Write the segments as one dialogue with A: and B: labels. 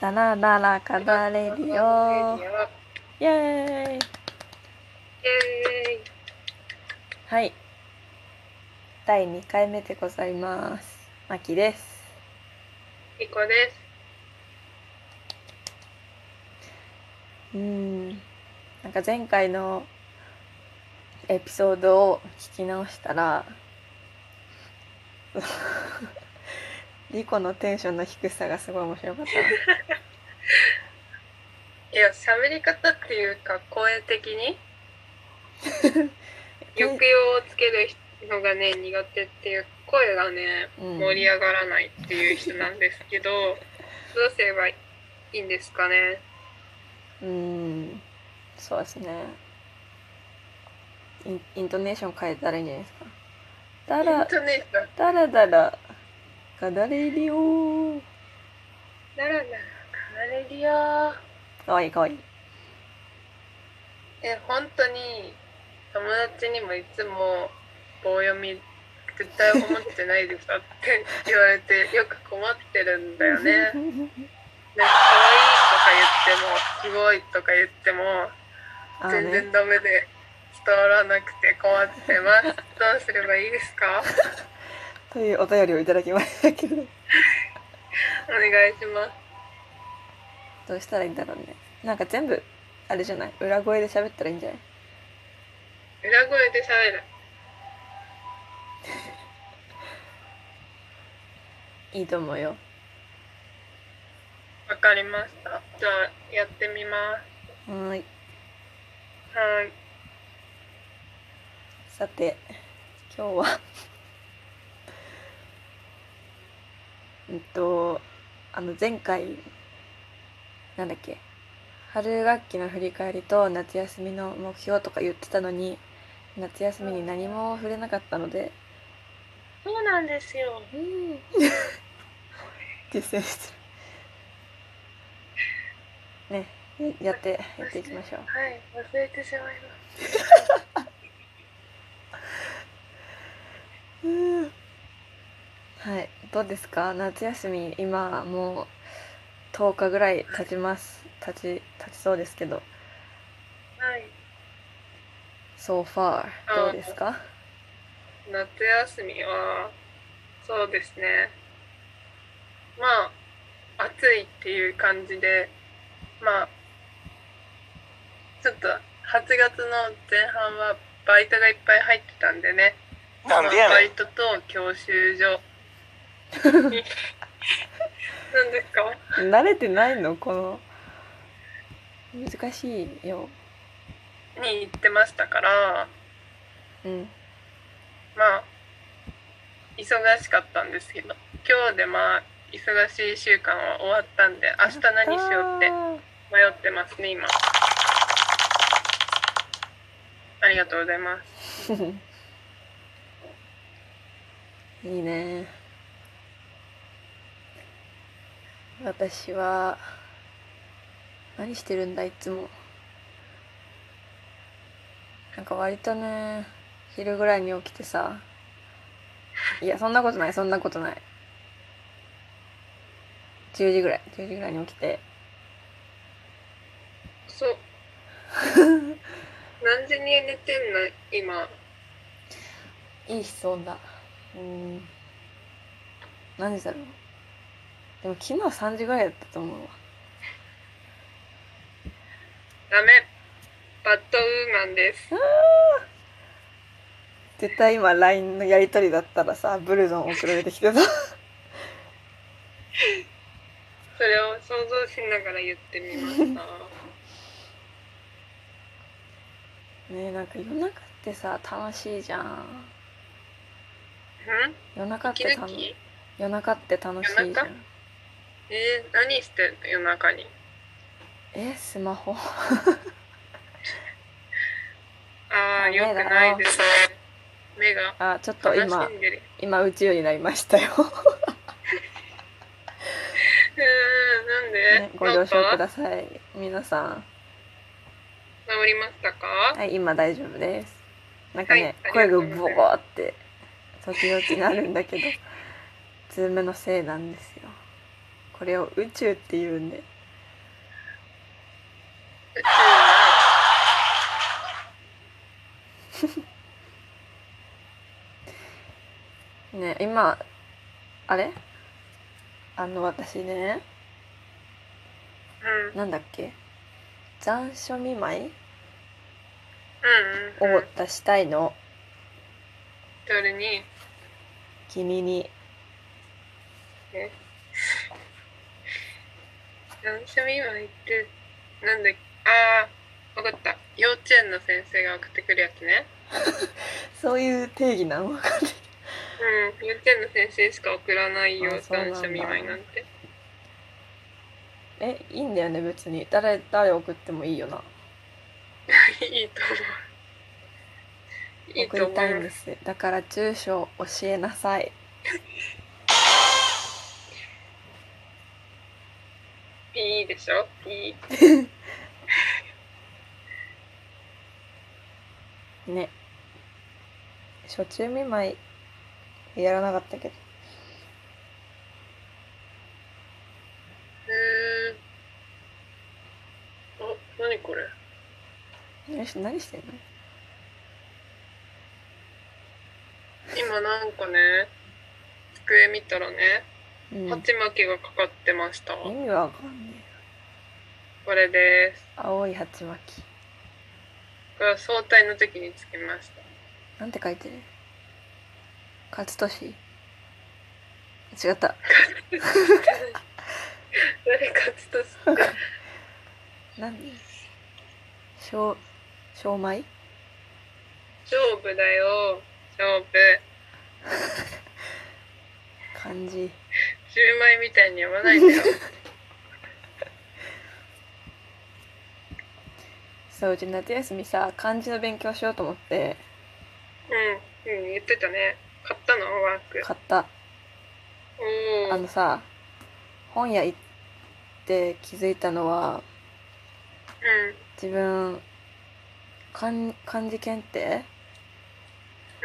A: なだらかだれるよイエーイ
B: えー
A: はい第2回目でございますまきです
B: い、リコです。
A: うーんなんか前回のエピソードを聞き直したら リコのテンションの低さがすごい面白かった
B: いや、喋り方っていうか、声的 に抑揚をつけるのがね、苦手っていう声がね、
A: うん
B: 盛り上がらないっていう人なんです けど、どうすればいいんですかね。
A: うーんそうですねインイントネーション変えたらいいんじゃないですかだ
B: 本
A: ら
B: 当ね、
A: だらだらがだれりよー
B: ならなら、カナレリア。
A: かわいいかわいい
B: え、本当に、友達にもいつも棒読み、絶対思ってないですかって 言われて、よく困ってるんだよ ね。ね、可愛いとか言っても、すごいとか言っても、
A: あの
B: 全
A: ね
B: 然ダメで伝わらなくて困っ てます。どうすればいいですか
A: というお便りをいただきましたけど
B: お願いします。
A: どうしたらいいんだろうねなんか全部あれじゃない裏声で喋ったらいいんじゃない
B: 裏声で喋る。
A: いいと思うよ
B: わかりました。じゃあ、やってみま
A: はーい
B: す。はい。
A: さて今日はうんとあの前回なんだっけ春学期の振り返りと夏休みの目標とか言ってたのに夏休みに何も触れなかったので
B: そうなんですよ。
A: うん 実践してるねややってやっていきましょう
B: はい、忘れてしまいま
A: はい、どうですか夏休み今もう10日ぐらい経ちます経ち経ちそうですけど
B: す。はい。
A: so far どうですか
B: 夏休みはそうですねまあ暑いっていう感じでまあちょっと8月の前半はバイトがいっぱい入ってたんでねまあバイトと教習 所なんですか
A: 慣れてないのこの難しいよ
B: に行ってましたから
A: うん
B: まあ忙しかったんですけど今日でまあ忙しい週間は終わったんで明日何しようって迷ってますね今ありがとうございます
A: やったー いいね私は何してるんだいつもなんか割とね昼ぐらいに起きてさいやそんなことないそんなことない10時ぐらい10時ぐらいに起きて
B: そう 何時に寝てんの今
A: いい質問だうん何時だろうでも昨日3時ぐらいだったと思うわ
B: ダメバッドウーマンです
A: 絶対今 LINE のやり取りだったらさブルゾン送られてき てた
B: それを想像しながら言ってみ ました
A: ねえなんか夜中ってさ楽しいじゃん
B: うん
A: 夜中っ
B: 息
A: て楽
B: 抜き
A: 夜中って楽しいじゃ
B: 夜
A: ん
B: 中えー、何してんの夜中に
A: えスマホ
B: ああ
A: ダ
B: よ
A: メだ
B: く
A: よ
B: ないですね目が
A: あちょっと今
B: 楽しんでる
A: 今宇宙になりましたよ、
B: うーんなんで、
A: ね、ご了承く
B: なんか
A: ださい皆さ
B: 治りましたか、
A: んはい今大丈夫ですなんかね、
B: はいあ
A: 声
B: り
A: がボ
B: がとうございます
A: ーって時々なるんだけどズームのせいなんですよこれを宇宙って言うんで
B: 宇宙は
A: ね今あれあの私ね
B: うん
A: なんだっけ残暑見舞い
B: うんうんう
A: を
B: ん
A: 出したいの
B: どれに
A: 君に
B: 何社目今言ってなんだっけああ分かった幼稚園の先生が送ってくるやつね
A: そういう定義なの
B: うん幼稚園の先生しか送らないよ
A: あそうなん
B: 三
A: だ
B: 者見舞いなんて
A: えいいんだよね別に誰誰送ってもいいよない
B: いと思ういい
A: 送
B: と
A: り
B: 思
A: たいん
B: う
A: ですだから住所を教えなさい
B: いいでしょいい
A: ね初中見舞いやらなかったけど
B: へーあ、何これ。
A: 何し何してんの
B: 今なんかね、机見たらね、
A: うん、意
B: 鉢巻きがかかってました。こ
A: 味わかんねえ
B: れです。
A: 青い鉢巻き
B: これは早退の時につけました。
A: なんて書いてる勝利違った
B: 誰かちょっと知って、
A: 何しょうしょうまい
B: 勝負だよ。勝負。
A: 漢字
B: シューマイみたいに読まないん だよ。
A: そううち夏休みさ漢字の勉強しようと思って
B: うん、うん、言ってたね。買ったのワーク。
A: 買った
B: お
A: あ
B: お
A: の。さ本屋行って気づいたのは
B: うん。
A: 自分漢漢字検定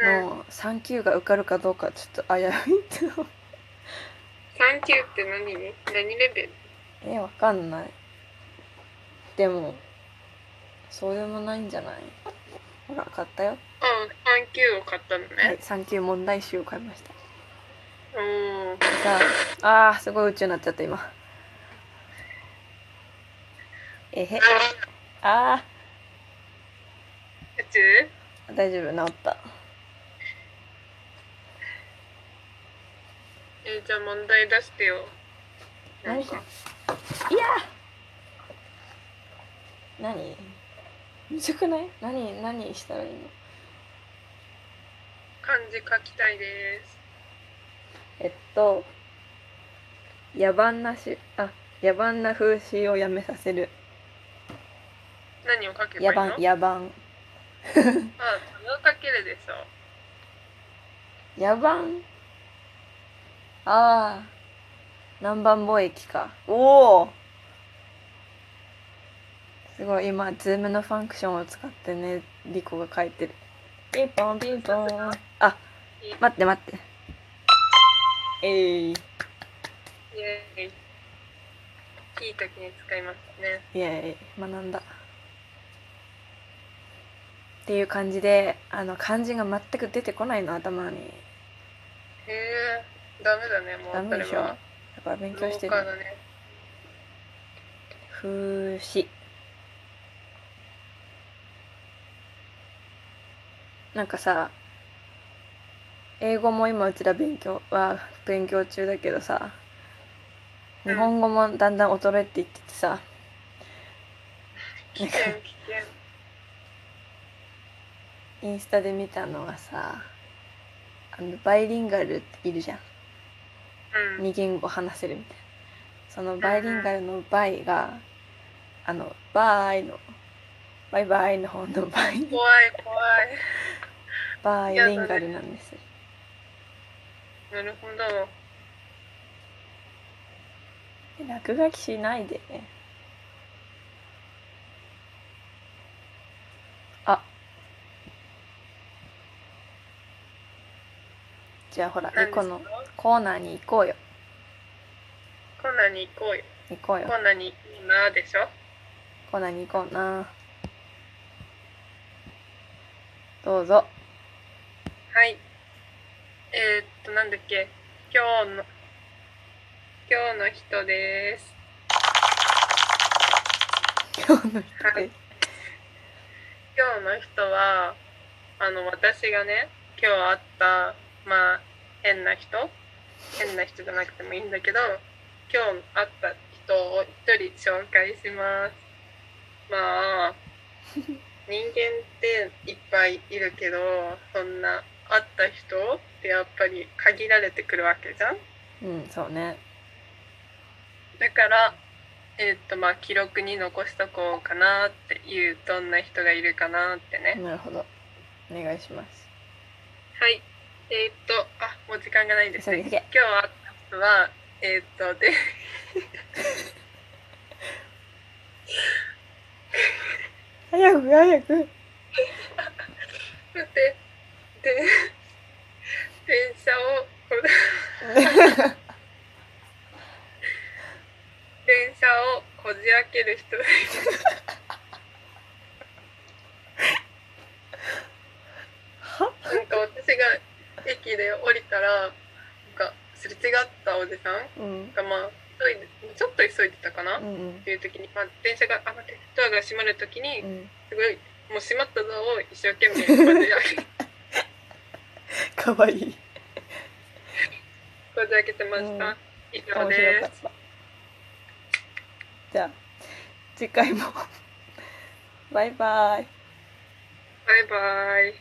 B: うん、
A: の3級が受かるかどうかちょっと危ういって思う
B: 3級って何に何レベル
A: えわかんないでもそうでもないんじゃないほら買ったよ、
B: あ、3級を買ったの
A: はい
B: ね。、
A: 3級問題集を買いました
B: おお。
A: さああーすごい宇宙になっちゃった今えへあ
B: 宇宙
A: ー大丈夫治った
B: えーじゃあ問題出してよ。なんか、
A: 何むずくない何何したらいいの
B: 漢字書きたいです。
A: えっと野蛮なしあ野蛮な風刺をやめさせる
B: 何を書けば
A: 野
B: いいの
A: 蛮野蛮
B: あ、それを書けるでしょ。
A: 野蛮ああ南蛮貿易かおおすごい今ズームのファンクションを使ってねリコが書いてるピンポンピンポンあ待って待ってえい
B: イエーイ。いい時に使いましたね。
A: イエーイ学んだっていう感じであの漢字が全く出てこないの頭に
B: へえ、ダメだね、も
A: ダ
B: う
A: メでしょだから勉強して
B: 農家
A: る
B: だね。
A: 風刺なんかさ英語も今うちら勉強は勉強中だけどさ
B: う
A: 日
B: ん
A: 本語もだんだん衰えていっててさ
B: 危 険、危険。
A: インスタで見たのがさあのバイリンガルっているじゃん
B: うん。
A: 二言語話せるみたいなそのバイリンガルの「バイ」があの「バイ」の「バイバイ」の方の「バ イ」
B: 怖い、怖い。
A: バイリンガルなんです
B: なるほど。
A: え落書きしないであじゃあほらリ
B: 何で
A: コ
B: す
A: の
B: か
A: コーナーに行こうよ
B: コーナーに行こうよ。
A: 行こう
B: コ
A: よ
B: ーナーに行こうなーでしょ。
A: コーナーに行こうなどうぞ
B: はい。えー、っと、なんだっけ。今日の、今日の人です。
A: 今日の人
B: は
A: で
B: い今日の人は、あの、私がね、今日会った、まあ、変な人変な人じゃなくてもいいんだけど、今日会った人を一人紹介します。まあ、人間っていっぱいいるけど、そんな会った人ってやっぱり限られてくるわけじゃん
A: うんそうね
B: だから、えーっとまあ記録に残しとこうかなっていうどんな人がいるかなってね、
A: なるほどお願いします
B: はいえーっとあもう時間がないですね
A: 急ぎ急
B: 今日はあとはえーっとで
A: 早く早く
B: 待ってで電車を こう電車をこじ開ける人
A: は
B: なんか私が駅で降りたらなんかすれ違ったおじさん
A: うん
B: がまあ急いでちょっと急いでたかな、
A: う
B: っ
A: ん
B: ていう時に、まあ、電車があ待ってドアが閉まる時に
A: うん
B: すごいもう閉まったドアを一生懸命こじ開け
A: か
B: こ
A: わいい
B: じ開けてました、
A: うん
B: 以上
A: 面
B: で
A: 白
B: す
A: かったじゃあ次回もバイバイ
B: バイバイ